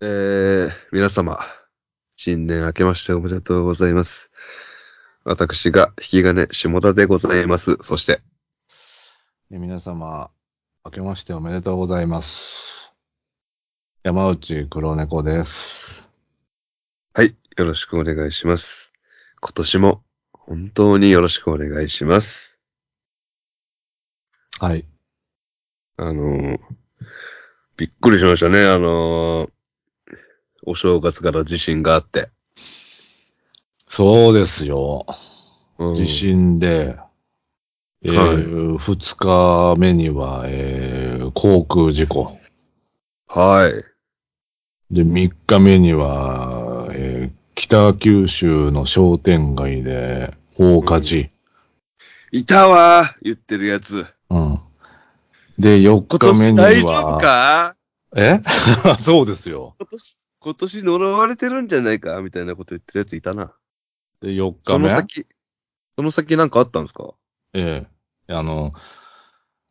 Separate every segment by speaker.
Speaker 1: えー、皆様、新年明けましておめでとうございます。私が引き金下田でございます。そして、
Speaker 2: え皆様、明けましておめでとうございます。山内黒猫です。
Speaker 1: はい、よろしくお願いします。今年も本当によろしくお願いします。
Speaker 2: はい。
Speaker 1: あのー、びっくりしましたね。あのー、お正月から地震があって。
Speaker 2: そうですよ。
Speaker 1: うん
Speaker 2: 地震で、えー二日目には、えー航空事故。
Speaker 1: はい。
Speaker 2: で、三日目には、えー北九州の商店街で大火事。
Speaker 1: いたわー言ってるやつ。
Speaker 2: うん。で、四
Speaker 1: 今
Speaker 2: 日目
Speaker 1: 年
Speaker 2: に
Speaker 1: 大丈夫
Speaker 2: は、
Speaker 1: か
Speaker 2: え そうですよ。
Speaker 1: 今年、今年呪われてるんじゃないかみたいなこと言ってるやついたな。
Speaker 2: で、四日
Speaker 1: その
Speaker 2: 目。
Speaker 1: 先、その先なんかあったんですか
Speaker 2: ええ。あの、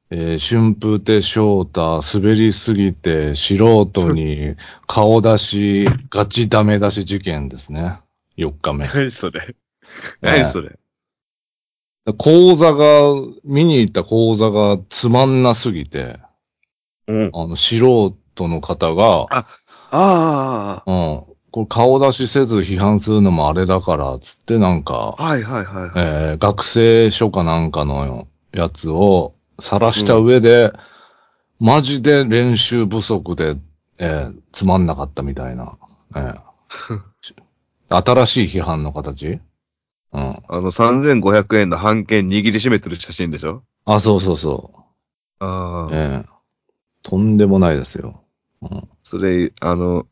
Speaker 2: えー春風亭昇太、滑りすぎて素人に顔出し、ガチダメ出し事件ですね。4日目。
Speaker 1: 何それ
Speaker 2: 何
Speaker 1: それ
Speaker 2: 講座が、見に行った講座がつまんなすぎて、
Speaker 1: うん。
Speaker 2: あの、素人の方が、
Speaker 1: あ
Speaker 2: うん、これ顔出しせず批判するのもあれだから、つってなんか
Speaker 1: あ、、はいはいはいはい。
Speaker 2: えー学生書かなんかのやつを晒した上で、マジで練習不足で、えーつまんなかったみたいな。えーし新しい批判の形うん。
Speaker 1: あの、3500円の半券握りしめてる写真でしょ
Speaker 2: あ、そうそうそ
Speaker 1: あ
Speaker 2: う。えーとんでもないですよ。うん、
Speaker 1: それ、あの、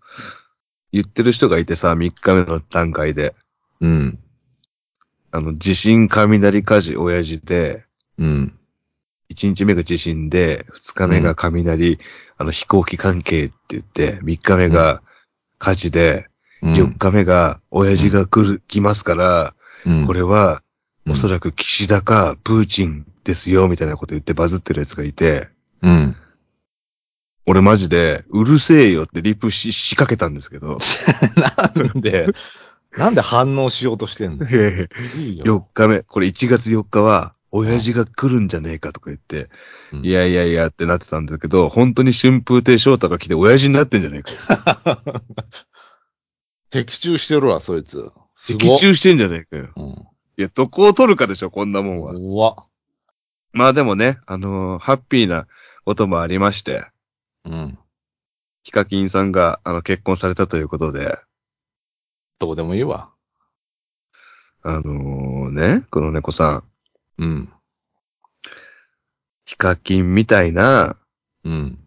Speaker 1: 言ってる人がいてさ、3日目の段階で、
Speaker 2: うん。
Speaker 1: あの、地震、雷、火事、親父で、
Speaker 2: うん。
Speaker 1: 1日目が地震で、2日目が雷、あの、飛行機関係って言って、3日目が火事で、
Speaker 2: うん
Speaker 1: 4日目が親父が来る、来ますから、
Speaker 2: うん
Speaker 1: これは、
Speaker 2: うん
Speaker 1: おそらく岸田かプーチンですよ、みたいなこと言ってバズってるやつがいて、
Speaker 2: うん。
Speaker 1: 俺マジで、うるせえよってリプし、仕掛けたんですけど、
Speaker 2: なんで、なんで反応しようとしてんのいい
Speaker 1: 4。日目、これ1月4日は、親父が来るんじゃねえかとか言って、
Speaker 2: うん
Speaker 1: いやいやいやってなってたんだけど、本当に春風亭昇太が来て親父になってんじゃねえか。
Speaker 2: 的中してるわ、そいつ。すご
Speaker 1: 的。中してんじゃねえかよ。
Speaker 2: うん。
Speaker 1: いや、どこを取るかでしょ、こんなもんは。
Speaker 2: 怖っ
Speaker 1: まあでもね、あのーハッピーなこともありまして、
Speaker 2: うん。
Speaker 1: ヒカキンさんが、あの、結婚されたということで、
Speaker 2: どうでもいいわ。
Speaker 1: あのーね、この猫さん、
Speaker 2: うん。
Speaker 1: ヒカキンみたいな、
Speaker 2: うん。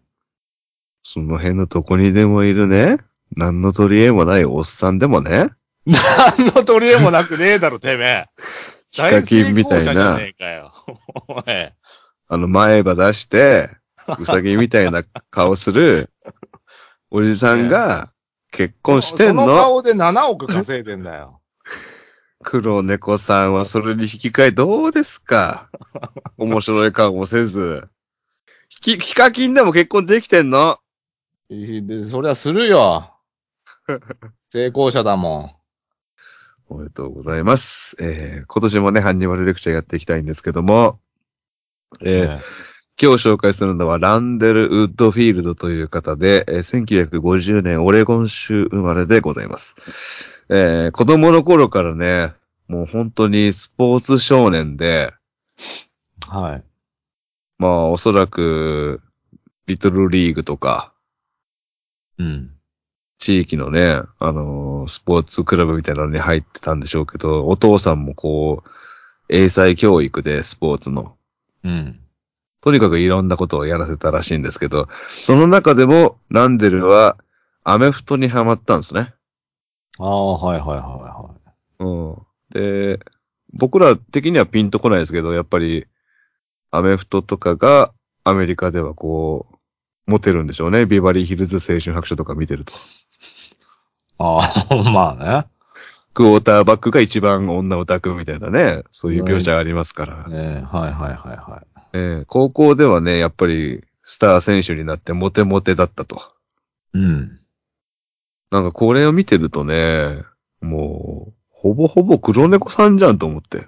Speaker 1: その辺のどこにでもいるね、何の取り柄もないおっさんでもね、
Speaker 2: 何の取り柄もなくねえだろ、てめえ。ヒ
Speaker 1: カキンみたいな
Speaker 2: えかよ。おい
Speaker 1: あの前歯出 して、うさぎみたいな顔する、おじさんが結婚してん
Speaker 2: その
Speaker 1: の。
Speaker 2: 顔で7億稼いでんだ よ。
Speaker 1: 黒猫さんはそれに引き換えどうです か面白い顔もせず。ヒキヒカキンでも結婚できてんの
Speaker 2: でそりゃする よ。成功者だも
Speaker 1: おめでとうございます。えー、今年もね、ハンニバルレクチャーやっていきたいんですけども、え
Speaker 2: ん。
Speaker 1: ー今日紹介するのはランデル・ウッドフィールドという方で、えー1950年オレゴン州生まれでございます。えー子供の頃からね、もう本当にスポーツ少年で、
Speaker 2: はい。
Speaker 1: まあおそらく、リトルリーグとか、
Speaker 2: うん。
Speaker 1: 地域のね、あのースポーツクラブみたいなのに入ってたんでしょうけど、お父さんもこう、英才教育でスポーツの、
Speaker 2: うん。
Speaker 1: とにかくいろんなことをやらせたらしいんですけど、その中でもランデルはアメフトにハマったんですね。
Speaker 2: ああ、はいはいはいは
Speaker 1: うん。で、僕ら的にはピンとこないですけど、やっぱりアメフトとかがアメリカではこう、モテるんでしょうね。ビバリーヒルズ青春白書とか見てると。
Speaker 2: い。ああ、 まあね。
Speaker 1: クォーターバックが一番女を抱くみたいなね、そういう描写ありますから。
Speaker 2: ええはいはいはいはい。
Speaker 1: ええ高校ではね、やっぱりスター選手になってモテモテだったと。
Speaker 2: うん。
Speaker 1: なんかこれを見てるとね、もう、ほぼほぼ黒猫さんじゃんと思って。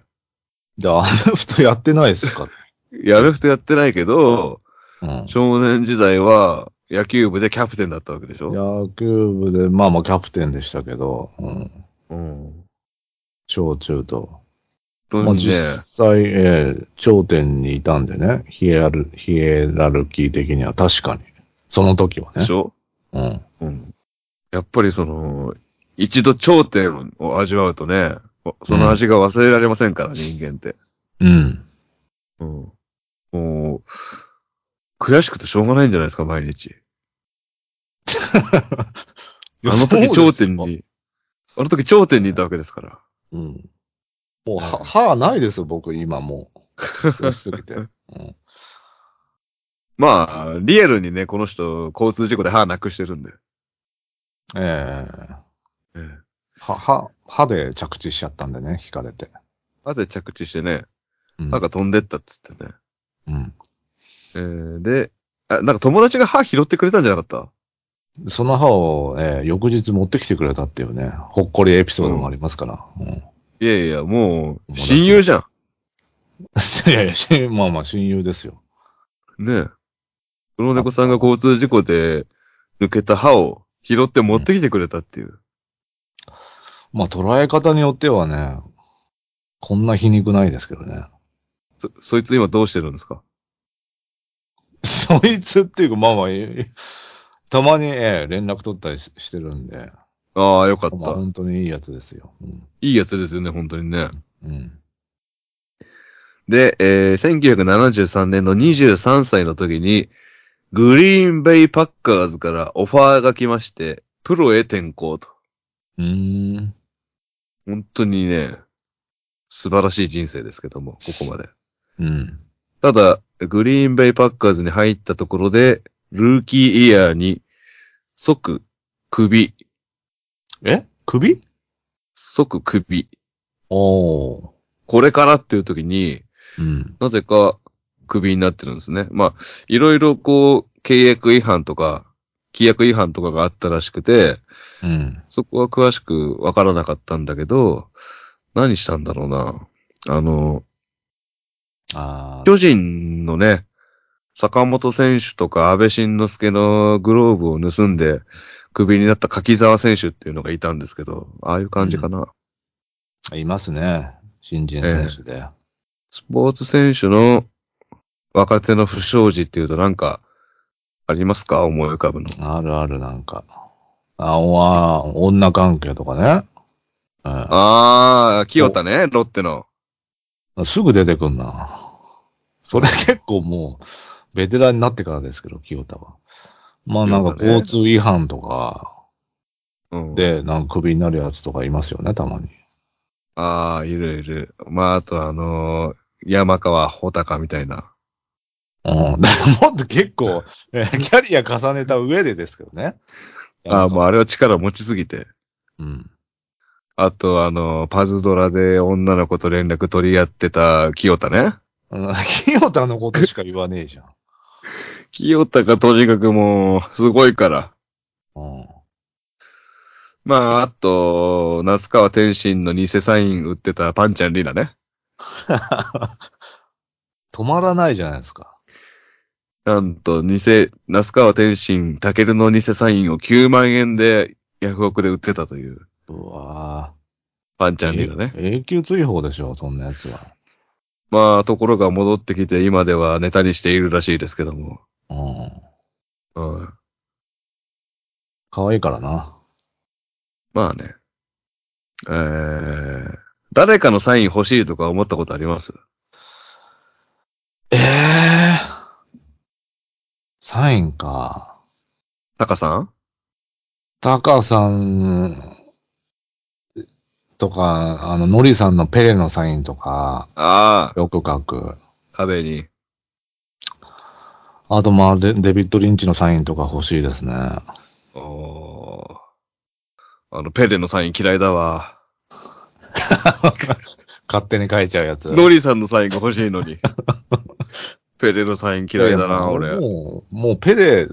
Speaker 2: で、アメフトやってないですか
Speaker 1: やる人やってないけど、
Speaker 2: うん。
Speaker 1: 少年時代は野球部でキャプテンだったわけでしょ
Speaker 2: 野球部で、まあまあキャプテンでしたけど、うん。
Speaker 1: うん。
Speaker 2: 小中と。
Speaker 1: 本
Speaker 2: ま
Speaker 1: 当
Speaker 2: あ
Speaker 1: に
Speaker 2: 実
Speaker 1: ね、
Speaker 2: 際、えー頂点にいたんでね、ヒエラル、ヒエラルキー的には確かに。その時は
Speaker 1: で
Speaker 2: ね
Speaker 1: し。ょ
Speaker 2: うん。
Speaker 1: うん。やっぱりその、一度頂点を味わうとね、その味が忘れられませんから、人間って。
Speaker 2: うん。
Speaker 1: うん。もう、悔しくてしょうがないんじゃないですか、毎日。あの時頂点
Speaker 2: そうですよ。
Speaker 1: に、あの時頂点にいたわけですから。
Speaker 2: うん。もう、は歯ないですよ、僕、今もう。良しすぎて。うん
Speaker 1: まあ、リアルにね、この人、交通事故で歯なくしてるんで。
Speaker 2: え
Speaker 1: え
Speaker 2: え
Speaker 1: え。
Speaker 2: は、は、歯で着地しちゃったんでね、引かれて。
Speaker 1: 歯で着地してね、
Speaker 2: うん。
Speaker 1: 歯が飛んでったっつってね。
Speaker 2: うん。
Speaker 1: ええで、あ、なんか友達が歯拾ってくれたんじゃなかった
Speaker 2: その歯を、ええ翌日持ってきてくれたっていうね、ほっこりエピソードもありますから。うん。
Speaker 1: い
Speaker 2: い
Speaker 1: やいや、もう、
Speaker 2: 友達
Speaker 1: 親友じゃ
Speaker 2: やいやし、 まあまあ親友ですよ。
Speaker 1: ん。ねえ。黒猫さんが交通事故で抜けた歯を拾って持ってきてくれたっていう。
Speaker 2: まあ捉え方によってはね、こんな皮肉ないですけどね。
Speaker 1: そ、そいつ今どうしてるんですか
Speaker 2: そいつっていうか、 まあまあ、ええたまに、ええ連絡取ったりししてるんで、
Speaker 1: ああ、よかっ
Speaker 2: まあ
Speaker 1: た。
Speaker 2: 本当にいいやつですよ。うん。
Speaker 1: いいやつですよね、本当にね。
Speaker 2: うん。
Speaker 1: で、えー、1973年の23歳の時に、グリーンベイパッカーズからオファーが来まして、プロへ転向と。
Speaker 2: うーん。
Speaker 1: 本当にね、素晴らしい人生ですけども、ここまで。
Speaker 2: うん。
Speaker 1: ただ、グリーンベイパッカーズに入ったところで、ルーキーイヤーに、即、首、
Speaker 2: え首
Speaker 1: 即首、
Speaker 2: おー。
Speaker 1: これからっていう時に、
Speaker 2: うん。
Speaker 1: なぜか、クビになってるんですね。まあ、いろいろこう、契約違反とか、規約違反とかがあったらしくて、
Speaker 2: うん。
Speaker 1: そこは詳しくわからなかったんだけど、何したんだろうな。あの、
Speaker 2: あー
Speaker 1: 巨人のね、坂本選手とか安倍晋之助のグローブを盗んで、クビになった柿沢選手っていうのがいたんですけど、ああいう感じかな。
Speaker 2: いますね。新人選手で。
Speaker 1: スポーツ選手の若手の不祥事っていうとなんか、ありますか思い浮かぶの。
Speaker 2: あるある、なんか。あ、おわ、女関係とかね。う
Speaker 1: ああ、清田ね、ロッテの。
Speaker 2: ん、すぐ出てくんな。それ結構もう、ベテランになってからですけど、清田は。まあなんか
Speaker 1: 清田ね
Speaker 2: 交通違反とか
Speaker 1: うん、
Speaker 2: で、なんかクビになるやつとかいますよね、たまに。
Speaker 1: ああ、いるいる。まあ、あとあのー山川穂高みたいな。
Speaker 2: うん。もっと結構、えーキャリア重ねた上でですけどね。
Speaker 1: ああ、もうあれは力持ちすぎて。
Speaker 2: うん。
Speaker 1: あとあのーパズドラで女の子と連絡取り合ってた清田ね。
Speaker 2: うん清田のことしか言わねえじゃん。
Speaker 1: 清田がとにかくもう、すごいから。
Speaker 2: うん。
Speaker 1: まあ、あと、夏川天心の偽サイン売ってたパンちゃんリナね。
Speaker 2: 止まらないじゃないですか。
Speaker 1: なんと、偽、那須川天心、タケルの偽サインを9万円で、ヤフオクで売ってたという、
Speaker 2: うわ
Speaker 1: パンちゃんリナ
Speaker 2: ぁ
Speaker 1: ね。。
Speaker 2: え永久追放でしょ、そんなやつは。
Speaker 1: まあ、ところが戻ってきて、今ではネタにしているらしいですけども。
Speaker 2: うん。
Speaker 1: うん。
Speaker 2: 可愛いからな。
Speaker 1: まあね。えー、誰かのサイン欲しいとか思ったことあります
Speaker 2: ええサインか。
Speaker 1: タカさん
Speaker 2: タカさんとか、あの、ノリさんのペレのサインとか、
Speaker 1: ああ、
Speaker 2: よく書く。
Speaker 1: 壁に。
Speaker 2: あと、まあデ、デビッド・リンチのサインとか欲しいで すね。
Speaker 1: おーあの、ペレのサイン嫌いだわ。
Speaker 2: 勝手に書いちゃうやつ。
Speaker 1: ノリさんのサインが欲しいの に。ペレのサイン嫌いだな、俺。
Speaker 2: もう、もうペレ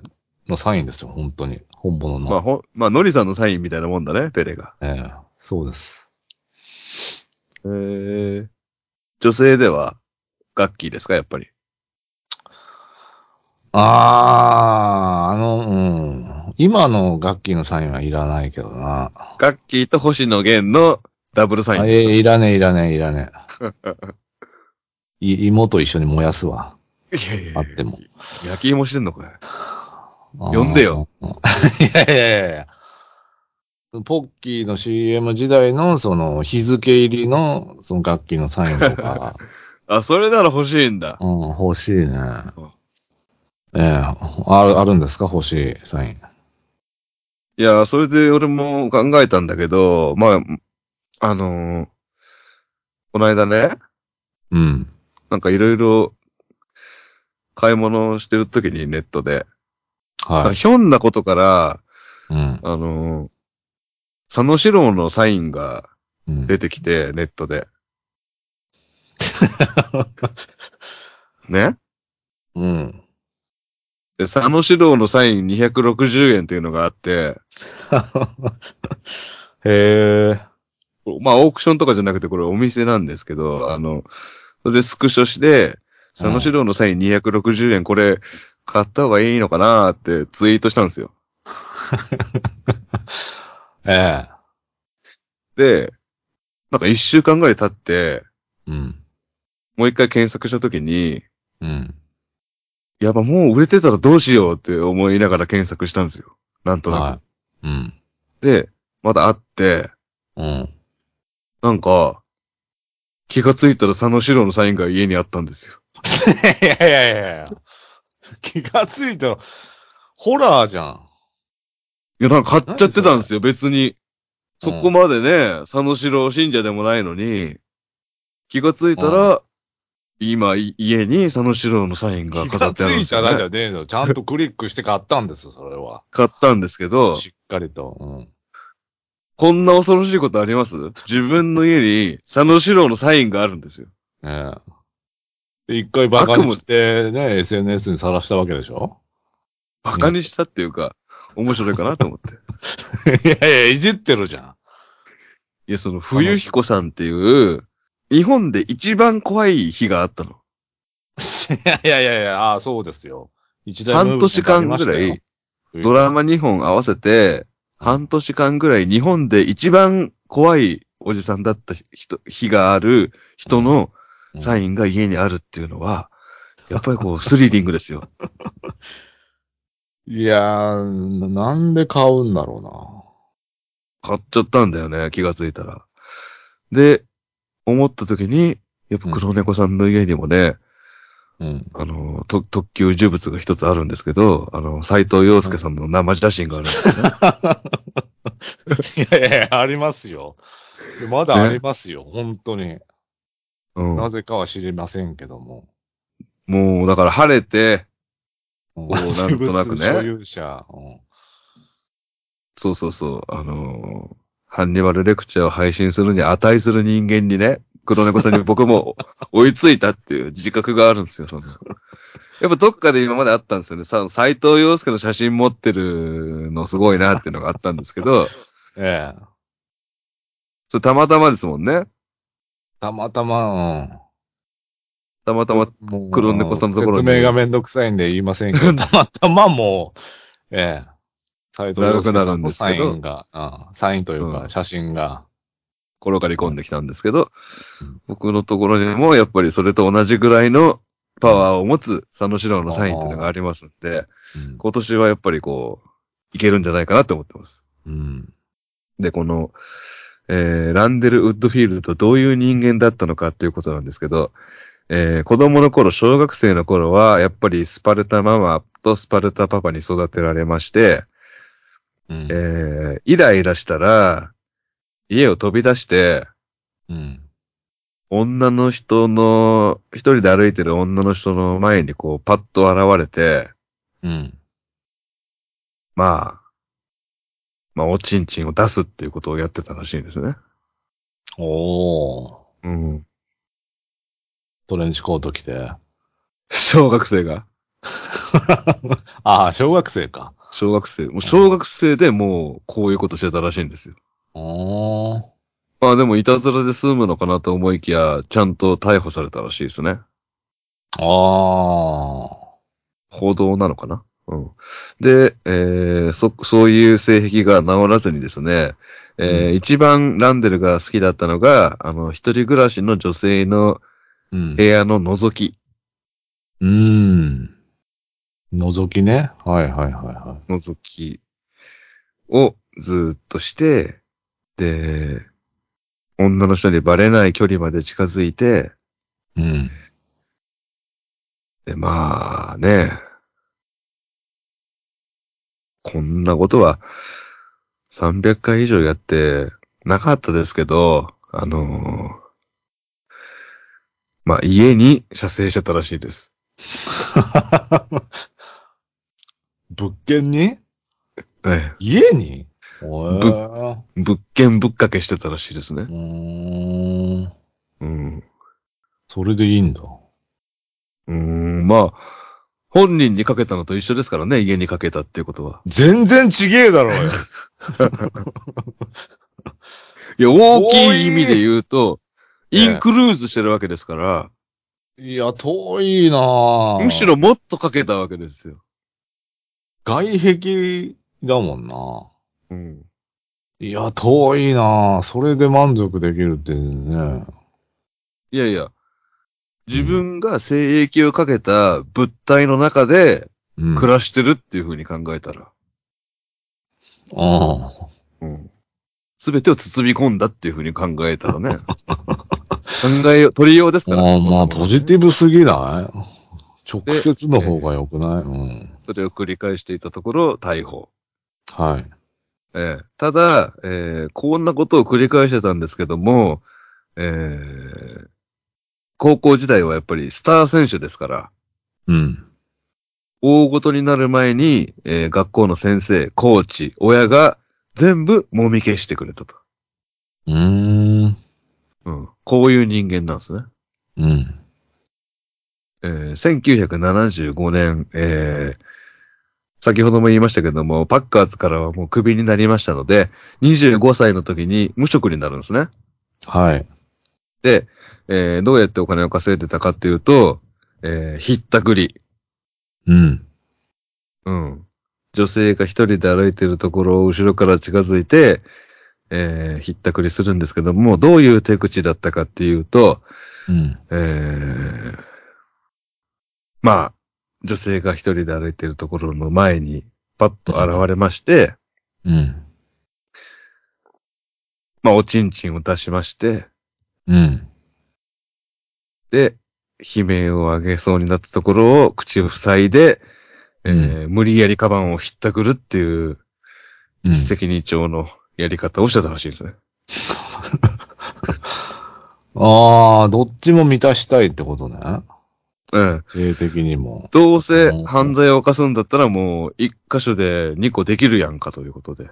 Speaker 2: のサインですよ、本当に。本物の。
Speaker 1: まあ、ほん、まあ、ノリさんのサインみたいなもんだね、ペレが。
Speaker 2: ええそうです。
Speaker 1: えー、女性では、ガッキーですか、やっぱり。
Speaker 2: ああ、あの、うん。今の楽器のサインはいらないけどな。
Speaker 1: ガッキーと星野源のダブルサイン
Speaker 2: あ
Speaker 1: ですか。
Speaker 2: ええいらねえ、いらねえ、いらねえ。い妹一緒に燃やすわ。
Speaker 1: いやいやい
Speaker 2: あ
Speaker 1: や
Speaker 2: っても。
Speaker 1: 焼き芋してんのかよ。呼んでよ
Speaker 2: あー。いやいやいやいやポッキーの CM 時代の、その、日付入りの、その楽器のサイン とか、
Speaker 1: あ、それなら欲しいんだ。
Speaker 2: うん、欲しいね。ええある、あるんですか欲しいサイン。
Speaker 1: いや、それで俺も考えたんだけど、まあ、あのーこの間ね、
Speaker 2: うん。
Speaker 1: なんかいろいろ買い物をしてるときにネットで、なん
Speaker 2: は
Speaker 1: か
Speaker 2: い。
Speaker 1: ひょんなことから、
Speaker 2: うん。
Speaker 1: あのー佐野史郎のサインが
Speaker 2: うん、
Speaker 1: 出てきて、ネットで。ね
Speaker 2: うん。
Speaker 1: で佐野史郎のサイン260円っていうのがあって、
Speaker 2: へえ。
Speaker 1: まあオークションとかじゃなくてこれお店なんですけど、あの、それでスクショして、佐野史郎のサイン260円これ買った方がいいのかなーってツイートしたんですよ。
Speaker 2: ええ。
Speaker 1: で、なんか一週間ぐらい経って、
Speaker 2: うん。
Speaker 1: もう一回検索したときに、
Speaker 2: うん。
Speaker 1: やっぱもう売れてたらどうしようって思いながら検索したんですよ。なんとなく。
Speaker 2: はい。うん。
Speaker 1: で、まだあって、
Speaker 2: うん。
Speaker 1: なんか、気がついたら佐野史郎のサインが家にあったんですよ。
Speaker 2: いやいやいやいや。気がついたら、ホラーじゃん。
Speaker 1: いや、なんか買っちゃってたんですよ、別に。
Speaker 2: う
Speaker 1: そ
Speaker 2: ん
Speaker 1: こまでね、佐野史郎信者でもないのに、気がついたら、今、い家に佐野史郎のサインが
Speaker 2: 気
Speaker 1: 飾
Speaker 2: が
Speaker 1: っ
Speaker 2: つ
Speaker 1: てあるんで
Speaker 2: い
Speaker 1: す
Speaker 2: た
Speaker 1: よ、
Speaker 2: らじ
Speaker 1: ね。
Speaker 2: ゃねえの。ちゃんとクリックして買ったんです、それは。
Speaker 1: 買ったんですけど、
Speaker 2: しっかりと。うん。
Speaker 1: こんな恐ろしいことあります自分の家に佐野史郎のサインがあるんですよ。
Speaker 2: ええ。で一回バカにして、ね、SNS にさらしたわけでしょ
Speaker 1: バカにしたっていうか、面白いかなと思 って。
Speaker 2: いやいや、いじってるじゃん。
Speaker 1: いや、その、冬彦さんっていう、日本で一番怖い日があったの。
Speaker 2: いやいやいや、ああ、そうですよ。一大ムー
Speaker 1: 半
Speaker 2: ブメン
Speaker 1: 年
Speaker 2: トあり
Speaker 1: 間
Speaker 2: まし
Speaker 1: ぐ
Speaker 2: た
Speaker 1: ら
Speaker 2: よ
Speaker 1: い、ドラ。マ2本合わせて、半年間ぐらい日本で一番怖いおじさんだった人、日がある人のサインが家にあるっていうのは、やっぱりこう、スリリングですよ。
Speaker 2: いやー、ななんで買うんだろう
Speaker 1: 買っちゃったんだよね、気がついたら。で、思った時に、やっぱ黒猫さんの家にもね、
Speaker 2: な。 うん。
Speaker 1: あの、と特級呪物が一つあるんですけど、あの、斎藤洋介さんの生写真があるんです よね。
Speaker 2: いやいやいや、ありますよ。でまだありますよ、本当に。
Speaker 1: うん
Speaker 2: なぜかは知りませんけども。
Speaker 1: もう、だから晴れて、
Speaker 2: うん
Speaker 1: おーなんとなくね
Speaker 2: 私物所有者。うん
Speaker 1: そうそうそう、あのーハンニバルレクチャーを配信するに値する人間にね、黒猫さんに僕も追いついたっていう自覚があるんですよ、その。やっぱどっかで今まであったんですよね。さ、斎藤洋介の写真持ってるのすごいなっていうのがあったんですけど、
Speaker 2: ええ。
Speaker 1: それたまたまですもんね。
Speaker 2: たまたま、
Speaker 1: たまた
Speaker 2: うん
Speaker 1: ま、。
Speaker 2: もう
Speaker 1: 黒猫さんのところに
Speaker 2: 説明がめんどくさいんで言いませんけ ど、たまたまもう、ええ。サイト
Speaker 1: 長くなるんです
Speaker 2: サ
Speaker 1: けど
Speaker 2: インが、うんサインという
Speaker 1: う
Speaker 2: か
Speaker 1: ん
Speaker 2: 写真が。
Speaker 1: 転がり込んできたんですけど
Speaker 2: うん、
Speaker 1: 僕のところにもやっぱりそれと同じぐらいのパワーを持つ佐野史郎のサインっていうのがありますんで、
Speaker 2: うん
Speaker 1: 今年はやっぱりこう、いけるんじゃないかなって思ってます。
Speaker 2: うん。
Speaker 1: で、この、えー、ランデル・ウッドフィールドとどういう人間だったのかっていうことなんですけど、えー、子供の頃、小学生の頃は、やっぱりスパルタママとスパルタパパに育てられまして、
Speaker 2: うん
Speaker 1: えー、イライラしたら、家を飛び出して、
Speaker 2: うん。
Speaker 1: 女の人の、一人で歩いてる女の人の前にこう、パッと現れて、
Speaker 2: うん。
Speaker 1: まあ、まあ、おちんちんを出すっていうことをやってたらしいんですね。
Speaker 2: おー。
Speaker 1: うん。
Speaker 2: トレンチコート着て。
Speaker 1: 小学生が。
Speaker 2: ああ、小学生か。
Speaker 1: 小学生。もう小学生でもうこういうことしてたらしいんですよ。
Speaker 2: ああ。
Speaker 1: まあでもいたずらで済むのかなと思いきや、ちゃんと逮捕されたらしいですね。
Speaker 2: ああ。
Speaker 1: 報道なのかなうん。で、えー、そ、そういう性癖が治らずにですね、えー
Speaker 2: う
Speaker 1: 一番ランデルが好きだったのが、あの、一人暮らしの女性の
Speaker 2: うん
Speaker 1: 部。屋の覗き、
Speaker 2: うーん。覗きね。はいはいはいは
Speaker 1: 覗きをずーっとして、で、女の人にバレない距離まで近づいて、
Speaker 2: い。うん。
Speaker 1: で、まあね、こんなことは300回以上やってなかったですけど、あのーまあ家に射精してたらしいです。
Speaker 2: 物件に
Speaker 1: え
Speaker 2: 家におー
Speaker 1: え、物件ぶっかけしてたらしいですね
Speaker 2: う。ーん。
Speaker 1: うん。
Speaker 2: それでいいんだ。
Speaker 1: うーん、まあ、本人にかけたのと一緒ですからね、家にかけたっていうことは。
Speaker 2: 全然ちげえだろ うよ。
Speaker 1: いや、大きい意味で言うと、
Speaker 2: ええ
Speaker 1: インクルーズしてるわけですから、
Speaker 2: いや、遠いなぁ
Speaker 1: むしろ。もっとかけたわけですよ。
Speaker 2: 外壁だもんな
Speaker 1: うん。
Speaker 2: いや、遠いなぁそれで満足できるってね。
Speaker 1: いやいや、自分が精液をかけた物体の中で
Speaker 2: うん。
Speaker 1: 暮らしてるっていう風に考えたら、
Speaker 2: ああ。
Speaker 1: うん。すべてを包み込んだっていう風に考えたらね。 考えよう、取りようですから。
Speaker 2: まあまあ、ポジティブすぎない直
Speaker 1: で
Speaker 2: 接の方が良くないうん。
Speaker 1: それを繰り返していたところ、逮捕。
Speaker 2: はい。
Speaker 1: ええただ、ええこんなことを繰り返してたんですけども、ええ高校時代はやっぱりスター選手ですから、
Speaker 2: うん。
Speaker 1: 大ごとになる前に、えー学校の先生、コーチ、親が全部揉み消してくれたと。
Speaker 2: うーん。
Speaker 1: うん。こういう人間なんですね。
Speaker 2: うん。
Speaker 1: えー1975年、えー先ほども言いましたけども、パッカーズからはもうクビになりましたので、25歳の時に無職になるんですね。
Speaker 2: はい。
Speaker 1: で、えーどうやってお金を稼いでたかっていうと、えーひったくり。
Speaker 2: うん。
Speaker 1: うん。女性が一人で歩いてるところを後ろから近づいて、えー、ひったくりするんですけども、どういう手口だったかっていうと、
Speaker 2: うん。
Speaker 1: えー、まあ、女性が一人で歩いてるところの前に、パッと現れまして、
Speaker 2: うん。
Speaker 1: まあ、おちんちんを出しまして、
Speaker 2: うん。
Speaker 1: で、悲鳴を上げそうになったところを口を塞いで、えー無理やりカバンをひったくるっていう、
Speaker 2: うん
Speaker 1: 一石二鳥のやり方をしてたらしいですね。
Speaker 2: ああ、どっちも満たしたいってことね。
Speaker 1: うん。
Speaker 2: 性的にも。
Speaker 1: どうせ犯罪を犯すんだったらもう一箇所で二個できるやんかということで。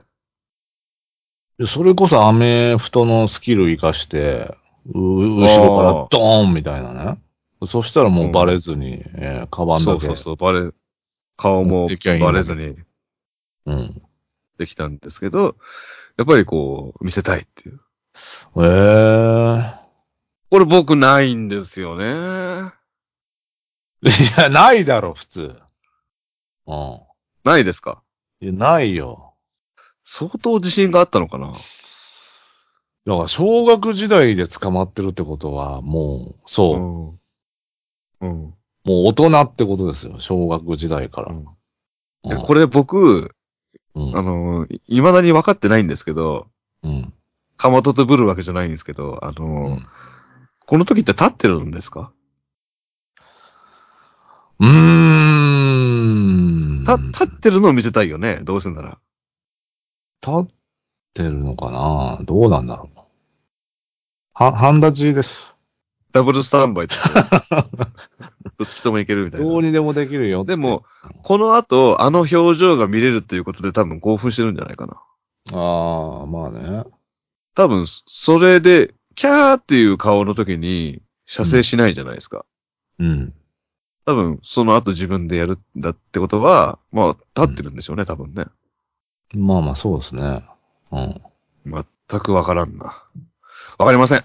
Speaker 2: それこそアメフトのスキル活かして、う後ろからドーンみたいなね。そしたらもうバレずに、えーカバン
Speaker 1: そ
Speaker 2: だ
Speaker 1: う
Speaker 2: け。
Speaker 1: そうそう、バレ、顔も
Speaker 2: できゃいいんだ
Speaker 1: バレずに
Speaker 2: うん。
Speaker 1: できたんですけど、やっぱりこう、見せたいっていう。
Speaker 2: ええー。
Speaker 1: これ僕ないんですよね。
Speaker 2: いや、ないだろ、普通。うん。
Speaker 1: ないですか
Speaker 2: いや、ないよ。
Speaker 1: 相当自信があったのかな
Speaker 2: だから、小学時代で捕まってるってことは、もう、そう、も
Speaker 1: ん。うん。
Speaker 2: う大人ってことですよ、小学時代から。
Speaker 1: うん
Speaker 2: うん
Speaker 1: これ僕、
Speaker 2: うん
Speaker 1: あの、い未だに分かってないんですけど、
Speaker 2: うん。
Speaker 1: かまととぶるわけじゃないんですけど、あの、
Speaker 2: うん
Speaker 1: この時って立ってるんですか
Speaker 2: うーん。
Speaker 1: た、立ってるのを見せたいよね。どうせなら。
Speaker 2: 立ってるのかなどうなんだろう。は、半立ちです。
Speaker 1: ダブルスタンバイって。 どっちともいけるみたい
Speaker 2: どう
Speaker 1: な。
Speaker 2: にでもできるよって
Speaker 1: でも、この後、あの表情が見れるっていうことで多分興奮してるんじゃないかな。
Speaker 2: ああ、まあね。
Speaker 1: 多分、それで、キャーっていう顔の時に、射精しないじゃないですか。
Speaker 2: うん。
Speaker 1: 多分、その後自分でやるんだってことは、まあ、立ってるんでしょうね、多分ね。
Speaker 2: まあまあ、そうですね。うん。
Speaker 1: 全くわからんな。わかりません。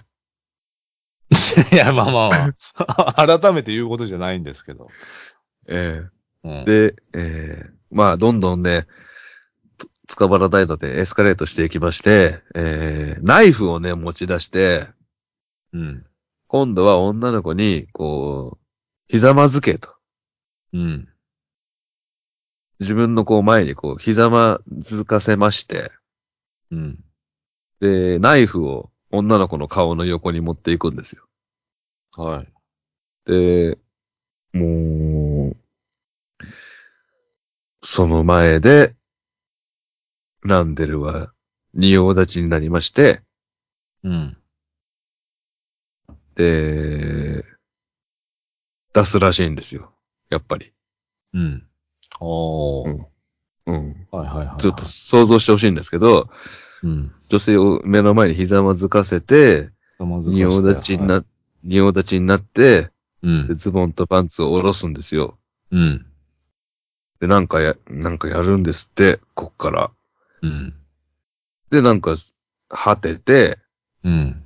Speaker 2: いや、まあまあまあ、 改めて言うことじゃないんですけど。
Speaker 1: え
Speaker 2: うん
Speaker 1: え、で、ええ、まあ、どんどんね、つ塚原大打でエスカレートしていきまして、ええ、ナイフをね、持ち出して、
Speaker 2: うん。
Speaker 1: 今度は女の子に、こう、ひざまずけと。
Speaker 2: うん。
Speaker 1: 自分のこう前にこう、ひざまずかせまして、
Speaker 2: うん。
Speaker 1: で、ナイフを女の子の顔の横に持っていくんですよ。
Speaker 2: はい。
Speaker 1: で、もう、その前で、ランデルは、仁王立ちになりまして、
Speaker 2: うん。
Speaker 1: で、出すらしいんですよ。やっぱり。
Speaker 2: うん。おー。
Speaker 1: うんうん。
Speaker 2: はいはいはいはい。
Speaker 1: ちょっと想像してほしいんですけど、
Speaker 2: うん。
Speaker 1: 女性を目の前にひざまずかせて、仁王立ちに
Speaker 2: はい
Speaker 1: な、仁王立ちになって、
Speaker 2: う
Speaker 1: で
Speaker 2: ん。
Speaker 1: ズボンとパンツを下ろすんですよ。
Speaker 2: うん。
Speaker 1: で、なんかや、なんかやるんですって、こっから。
Speaker 2: うん。
Speaker 1: で、なんか、果てて、
Speaker 2: うん。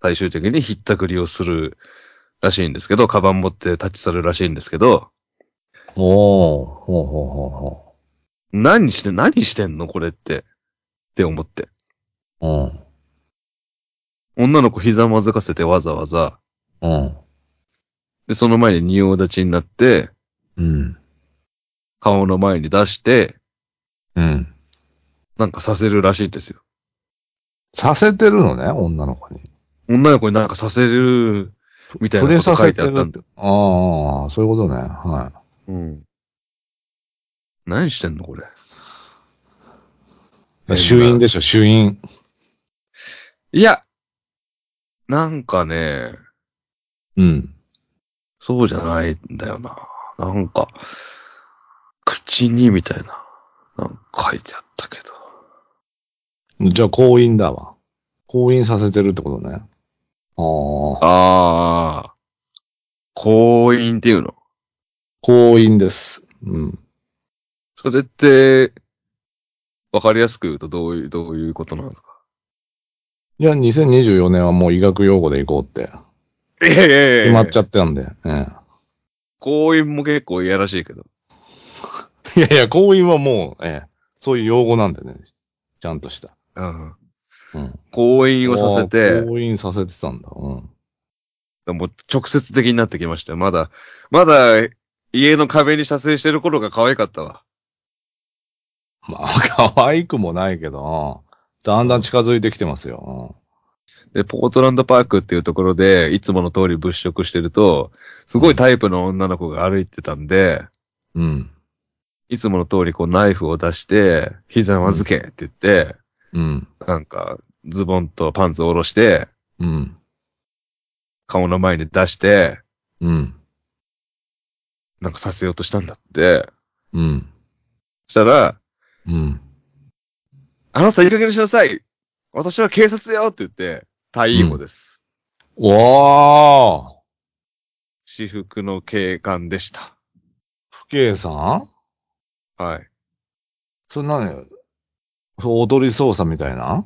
Speaker 1: 最終的にひったくりをするらしいんですけど、カバン持って立ち去るらしいんですけど、
Speaker 2: おー。ほうほうほうほ
Speaker 1: 何して、何してんのこれって。って思って。
Speaker 2: う。うん。
Speaker 1: 女の子ひざまずかせてわざわざ、
Speaker 2: うん。
Speaker 1: で、その前に仁王立ちになって、
Speaker 2: うん。
Speaker 1: 顔の前に出して、
Speaker 2: うん。
Speaker 1: なんかさせるらしいんですよ。
Speaker 2: させてるのね、女の子に。
Speaker 1: 女の子になんかさせる、みたい
Speaker 2: 触
Speaker 1: な
Speaker 2: れ
Speaker 1: こと
Speaker 2: さ
Speaker 1: 書
Speaker 2: せ
Speaker 1: いて
Speaker 2: て
Speaker 1: あ
Speaker 2: る
Speaker 1: った
Speaker 2: っ
Speaker 1: ん
Speaker 2: て。ああ、そういうことね。は
Speaker 1: うん。何してんのこれ。
Speaker 2: い。衆院でしょ、衆院。
Speaker 1: いや、なんかね、
Speaker 2: うん。
Speaker 1: そうじゃないんだよな。なんか、口にみたいな、なんか書いてあったけど。
Speaker 2: じゃあ、婚姻だわ。婚姻させてるってことね。ああ、
Speaker 1: ああ、婚姻っていうの。
Speaker 2: 婚姻です。うん。
Speaker 1: それって、わかりやすく言うとどういう、どういうことなんですか
Speaker 2: いや、2024年はもう医学用語で行こうって。
Speaker 1: いやいやいや
Speaker 2: 決まっちゃってたんで。え
Speaker 1: 婚姻も結構いやらしいけど。
Speaker 2: えい やいや、婚姻はもう、ええ、そういう用語なんでね。ちゃんとした。
Speaker 1: うん。
Speaker 2: うん。
Speaker 1: 婚姻をさせ
Speaker 2: あ
Speaker 1: て
Speaker 2: あ、婚姻させてたんだ。うん。
Speaker 1: もう直接的になってきましたよ。まだ、まだ、家の壁に射精してる頃が可愛かったわ。
Speaker 2: まあ、 可愛くもないけど、だんだん近づいてきてますよ。
Speaker 1: で、ポートランドパークっていうところで、いつもの通り物色してると、すごいタイプの女の子が歩いてたんで、
Speaker 2: うん。
Speaker 1: いつもの通りこうナイフを出して、膝まずけって言って、
Speaker 2: うん。
Speaker 1: なんか、ズボンとパンツを下ろして、
Speaker 2: うん。
Speaker 1: 顔の前に出して、
Speaker 2: うん。
Speaker 1: なんかさせようとしたんだって。
Speaker 2: うん。
Speaker 1: したら、
Speaker 2: うん。
Speaker 1: あなたいい加減にしなさい私は警察よって言って、逮捕です。
Speaker 2: おー
Speaker 1: 私服の警官でした。
Speaker 2: 不敬さん
Speaker 1: はい。
Speaker 2: そんなの、そう踊り捜査みたいな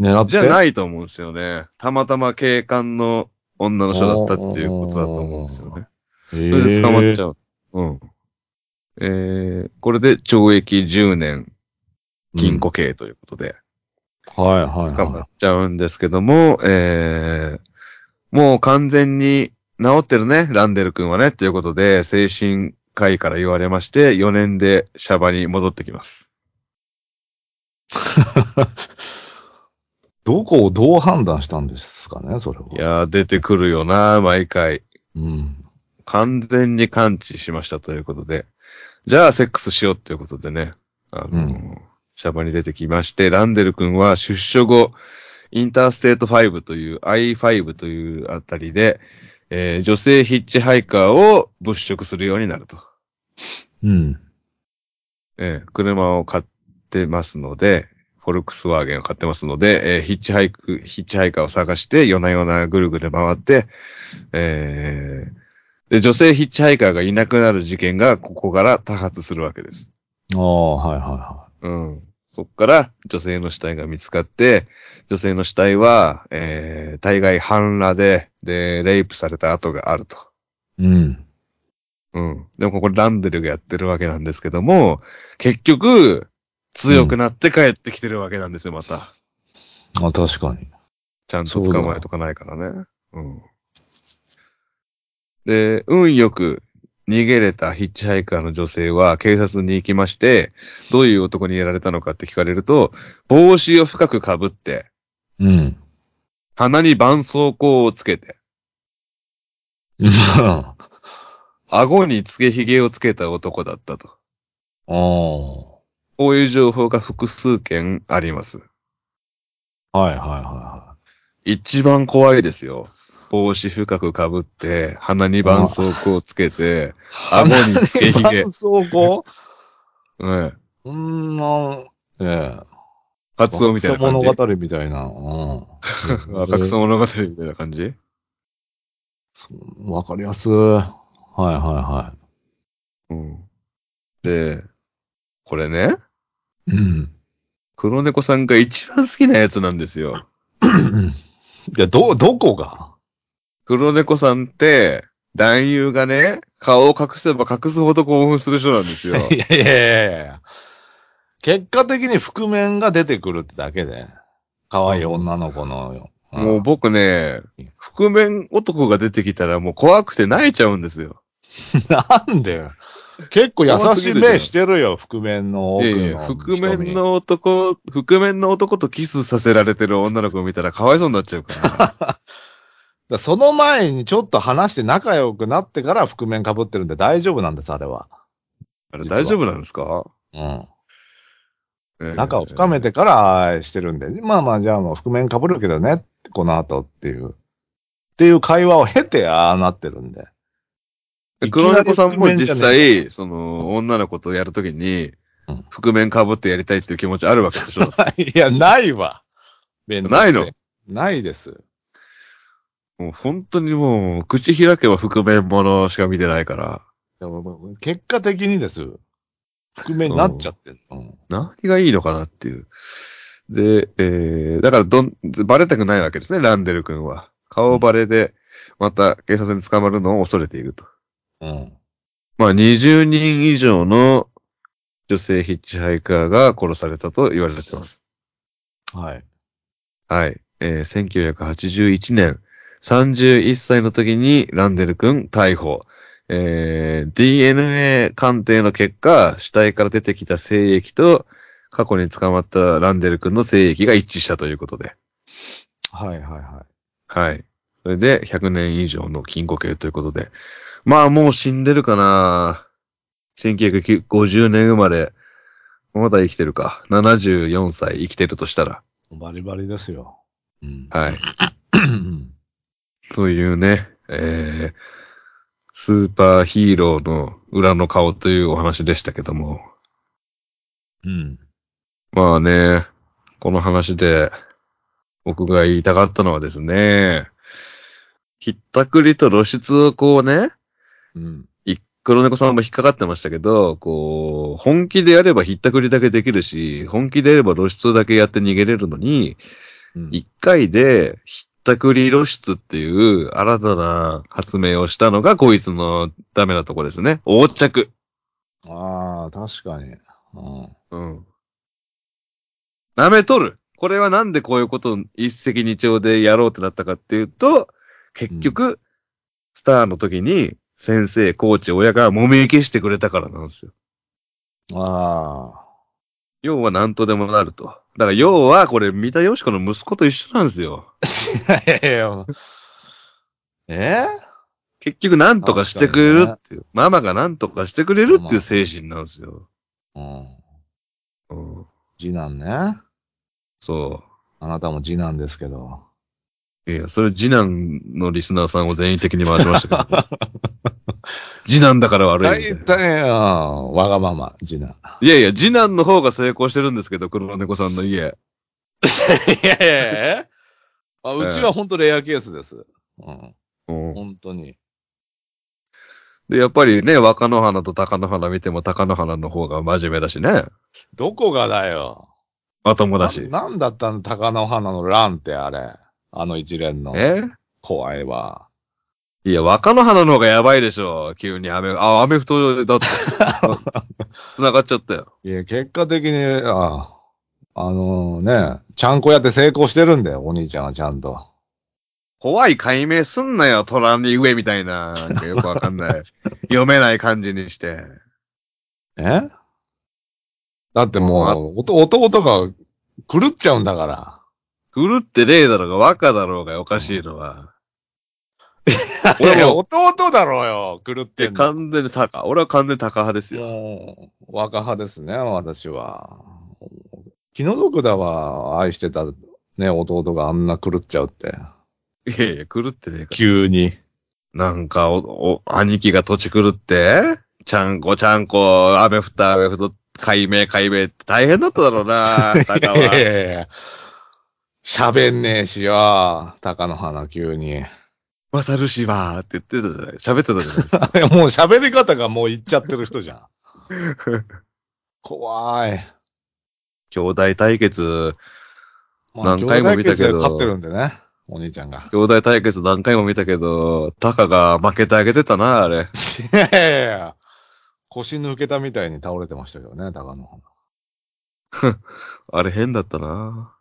Speaker 2: 狙って
Speaker 1: じゃないと思うんですよね。たまたま警官の女の人だったっていうことだと思うんですよね。
Speaker 2: そ
Speaker 1: それで捕まっち
Speaker 2: ゃ
Speaker 1: ゃう。うん。えー、これで懲役10年禁。錮刑ということで、
Speaker 2: うんはいはい、
Speaker 1: 捕ま
Speaker 2: は
Speaker 1: っちゃうんですけども、えー、もう完全に治ってるね、ランデル君はね、ということで、精神科医から言われまして、4年でシャバに戻ってきます。
Speaker 2: い。どこをどう判断したんですかね、それは。
Speaker 1: いやー、出てくるよな、毎回。
Speaker 2: うん。
Speaker 1: 完全に完治しましたということで、じゃあセックスしようということでね、あのー
Speaker 2: うん
Speaker 1: シャバに出てきまして、ランデル君は出所後、インターステート5という、I5 というあたりで、えー女性ヒッチハイカーを物色するようになると。
Speaker 2: うん。
Speaker 1: えー車を買ってますので、フォルクスワーゲンを買ってますので、えーヒッチハイク、ヒッチハイカーを探して、夜な夜なぐるぐる回って、えーで、女性ヒッチハイカーがいなくなる事件がここから多発するわけです。
Speaker 2: ああ、はいはいは
Speaker 1: うん。そっから女性の死体が見つかって、女性の死体は、えー、大概半裸で、で、レイプされた跡があると。
Speaker 2: い。うん。
Speaker 1: うん。でもここランデルがやってるわけなんですけども、結局、強くなって帰ってきてるわけなんですよ、また。
Speaker 2: あ、確かに。
Speaker 1: ちゃんと捕まえとかないからね。うん。で、運よく逃げれたヒッチハイカーの女性は警察に行きまして、どういう男にやられたのかって聞かれると、帽子を深くかぶって、
Speaker 2: うん。
Speaker 1: 鼻に絆創膏をつけて、
Speaker 2: あ
Speaker 1: 顎につけひげをつけた男だったと。
Speaker 2: あ。は
Speaker 1: こういう情報が複数件あります。
Speaker 2: いはいはいは
Speaker 1: 一番怖いですよ。帽子深くかぶって、鼻に絆創膏をつけて、
Speaker 2: い。
Speaker 1: 顎につけひげ
Speaker 2: 絆創膏
Speaker 1: うん、
Speaker 2: そんな、ええ。
Speaker 1: カツオみたいな感じ。
Speaker 2: 学生物語みたいな。 うん。
Speaker 1: あ、たくさん物語みたいな感じ
Speaker 2: そうわかりやすい。はいはいは
Speaker 1: うん。で、これね、
Speaker 2: い。うん。
Speaker 1: 黒猫さんが一番好きなやつなんですよ。
Speaker 2: いや、ど、どこが
Speaker 1: 黒猫さんって、男優がね、顔を隠せば隠すほど興奮する人なんですよ。
Speaker 2: いやいやいやいや結果的に覆面が出てくるってだけで。可愛い女の子のよ。うん
Speaker 1: もう僕ね、覆面男が出てきたらもう怖くて泣いちゃうんですよ。
Speaker 2: なんでよ結構優しい目してるよ、覆面の
Speaker 1: い
Speaker 2: 奥
Speaker 1: や
Speaker 2: の
Speaker 1: いや、
Speaker 2: 瞳。
Speaker 1: 覆面の男、覆面の男とキスさせられてる女の子を見たらかわいそうになっちゃうから。
Speaker 2: だその前にちょっと話して仲良くなってから覆面被ってるんで大丈夫なんです、あれは。
Speaker 1: あれ大丈夫なんですか
Speaker 2: うん。仲
Speaker 1: 中
Speaker 2: を深めてからしてるんで、まあまあじゃあもう覆面被るけどね、この後っていう。っていう会話を経てああなってるんで。いきなり
Speaker 1: 黒猫さんも実
Speaker 2: 覆面じ
Speaker 1: 際、その、女の子とやるときに
Speaker 2: うん、
Speaker 1: 覆面被ってやりたいっていう気持ちあるわけで しょ。
Speaker 2: いや、ないわ。弁当
Speaker 1: ないの
Speaker 2: ないです。
Speaker 1: もう本当にもう、口開けば覆面ものしか見てないから、
Speaker 2: でも結果的にです。覆面になっちゃってる。うん。
Speaker 1: 何がいいのかなっていう。で、えー、だからどん、バレたくないわけですね、ランデル君は。顔バレで、また警察に捕まるのを恐れていると。
Speaker 2: うん。
Speaker 1: まあ、20人以上の女性ヒッチハイカーが殺されたと言われてます。
Speaker 2: はい。
Speaker 1: はい。えー1981年、31歳の時にランデル君逮捕。えー DNA 鑑定の結果、死体から出てきた精液と、過去に捕まったランデル君の精液が一致したということで。
Speaker 2: はいはいは
Speaker 1: はい。それで、100年以上の禁錮刑ということで。まあ、もう死んでるかな1950年生まれ。まだ生きてるか。74歳生きてるとしたら。
Speaker 2: い。バリバリですよ。 うん。
Speaker 1: はい。というね、えー、スーパーヒーローの裏の顔というお話でしたけども。
Speaker 2: うん。
Speaker 1: まあね、この話で僕が言いたかったのはですね、ひったくりと露出をこうね、
Speaker 2: うん。
Speaker 1: い黒猫さんも引っかかってましたけど、こう、本気でやればひったくりだけできるし、本気でやれば露出だけやって逃げれるのに、
Speaker 2: うん
Speaker 1: 一回で、ひったくり露出っていう新たな発明をしたのがこいつのダメなとこですね。横着。
Speaker 2: ああ、確かに。うん。
Speaker 1: うん。舐めとる。これはなんでこういうことを一石二鳥でやろうってなったかっていうと、結局、スターの時に先生、コーチ、親が揉み消してくれたからなんですよ。
Speaker 2: あ
Speaker 1: 要は何とでもなると。だから要はこれ三田よし子の息子と一緒なんですよ。
Speaker 2: あ。いやいや え
Speaker 1: 結局何とかしてくれるっていう、ママが何とかしてくれるっ
Speaker 2: まあ
Speaker 1: ていう精神なんですよ。
Speaker 2: うん。
Speaker 1: うん、
Speaker 2: 次男ね。あ
Speaker 1: そ
Speaker 2: なたも次男ですけど。
Speaker 1: う。いや、それ次男のリスナーさんを全員的に回しましたけど、次男だから悪いみたい
Speaker 2: 大
Speaker 1: な。
Speaker 2: 体よ、わがまま、次男。
Speaker 1: いやいや、次男の方が成功してるんですけど、黒猫さんの家。
Speaker 2: いやいやいやあ
Speaker 1: ええ
Speaker 2: うちは本当レアケースです。うん。
Speaker 1: うん
Speaker 2: 本当に。
Speaker 1: で、やっぱりね、若野花と高野花見ても高野花の方が真面目だしね。
Speaker 2: どこがだよ。
Speaker 1: まともだし。
Speaker 2: ななんだったの高野花の乱ってあれ。あの一連の。
Speaker 1: え
Speaker 2: 怖いわ。
Speaker 1: いや、若野花の方がやばいでしょ。急に雨、あ、雨ふと だって。繋がっちゃったよ。
Speaker 2: いや、結果的に、ああのね、ちゃんこやって成功してるんだよ、お兄ちゃんはちゃんと。
Speaker 1: 怖い解明すんなよ、虎に上みたいな。なんかよくわかん ない。読めない感じにして。
Speaker 2: えだってもう、おと弟が狂っちゃうんだから。
Speaker 1: 狂ってねえだろうが、若だろうがおかしいのは。
Speaker 2: いやい
Speaker 1: 俺
Speaker 2: や、
Speaker 1: も、
Speaker 2: 弟だろうよ、狂っ
Speaker 1: い
Speaker 2: て
Speaker 1: や
Speaker 2: んの。
Speaker 1: 完全に高。俺は完全に高派ですよ。
Speaker 2: もう、若派ですね、私は。気の毒だわ、愛してた、ね、弟があんな狂っちゃうって。
Speaker 1: いやいや、狂ってねえから。
Speaker 2: 急に。
Speaker 1: なんか、お、お、兄貴が土地狂って、ちゃんこちゃんこ、雨降った雨降った、解明解明って大変だっただろう な、
Speaker 2: い
Speaker 1: 高
Speaker 2: やい
Speaker 1: は。
Speaker 2: やい や喋んねえしよ、高野花急に。
Speaker 1: マサルシバーって言ってたじゃない喋ってたじゃないですか。
Speaker 2: いやもう喋り方がもう言っちゃってる人じゃん。怖い。
Speaker 1: 兄弟対決、
Speaker 2: まあ
Speaker 1: 何回も見たけど
Speaker 2: 兄弟決戦勝ってるんでね、お兄ちゃんが。
Speaker 1: 兄弟対決何回も見たけど、タカが負けてあげてたな、あれ。
Speaker 2: いやいやいや腰抜けたみたいに倒れてましたけどね、高野花。
Speaker 1: あれ変だったな。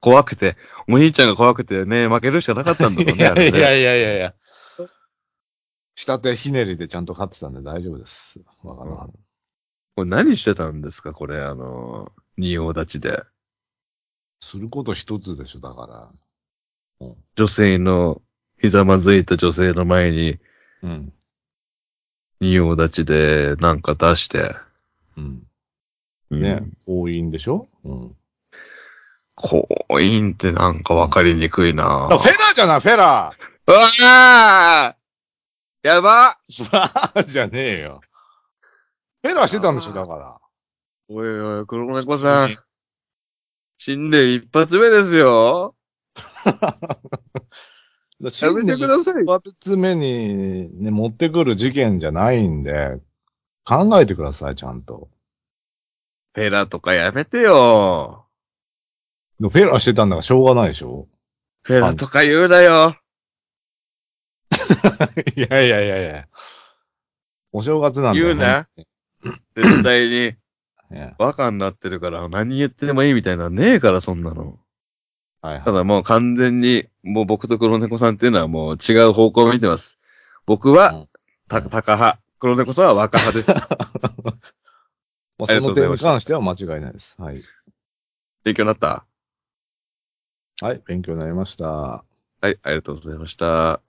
Speaker 1: 怖くて、お兄ちゃんが怖くてね、負けるしかなかったんだろう
Speaker 2: い
Speaker 1: ね、あ
Speaker 2: や
Speaker 1: れ
Speaker 2: いや
Speaker 1: ね。
Speaker 2: いやいやいや。下手ひねりでちゃんと勝ってたんで大丈夫です。わかんない
Speaker 1: これ何してたんですか、これ、あの、仁王立ちで。
Speaker 2: すること一つでしょ、だか
Speaker 1: 女性の、ひざまずいた女性の前に、
Speaker 2: ら。うん。
Speaker 1: 仁王立ちで、なんか出して。
Speaker 2: うん。
Speaker 1: うん
Speaker 2: ね、強引でしょうん。
Speaker 1: こう、インってなんかわかりにくいな
Speaker 2: あフェラーじゃない、フェラ
Speaker 1: うわあやば
Speaker 2: ーフェラーじゃねえよ。フェラーしてたんでしょ、だから。
Speaker 1: おいおい、黒猫さん。新年一発目ですよ。やめてください。
Speaker 2: 一発目に、ね、持ってくる事件じゃないんで、考えてください、ちゃんと。
Speaker 1: ペラとかやめてよ。
Speaker 2: でもフェラーしてたんだからしょうがないでしょ
Speaker 1: ペラとか言うなよ。
Speaker 2: いやいやいやいや。お正月なんだ
Speaker 1: 言う
Speaker 2: よ、ね。
Speaker 1: な。絶対に。
Speaker 2: ね
Speaker 1: バカになってるから何言ってもいいみたいなのねえから、そんなの。
Speaker 2: はい
Speaker 1: た
Speaker 2: は
Speaker 1: だもう完全に、もう僕と黒猫さんっていうのはもう違う方向を見てます。僕
Speaker 2: う
Speaker 1: は
Speaker 2: ん、
Speaker 1: た、高派。黒猫さんは若派です。
Speaker 2: い。まあ、
Speaker 1: ありがと
Speaker 2: その
Speaker 1: うござい
Speaker 2: 点
Speaker 1: ま
Speaker 2: に
Speaker 1: した
Speaker 2: 関しては間違いないです。はい。
Speaker 1: 勉強になった
Speaker 2: はい、勉強になりました。
Speaker 1: はい、ありがとうございました。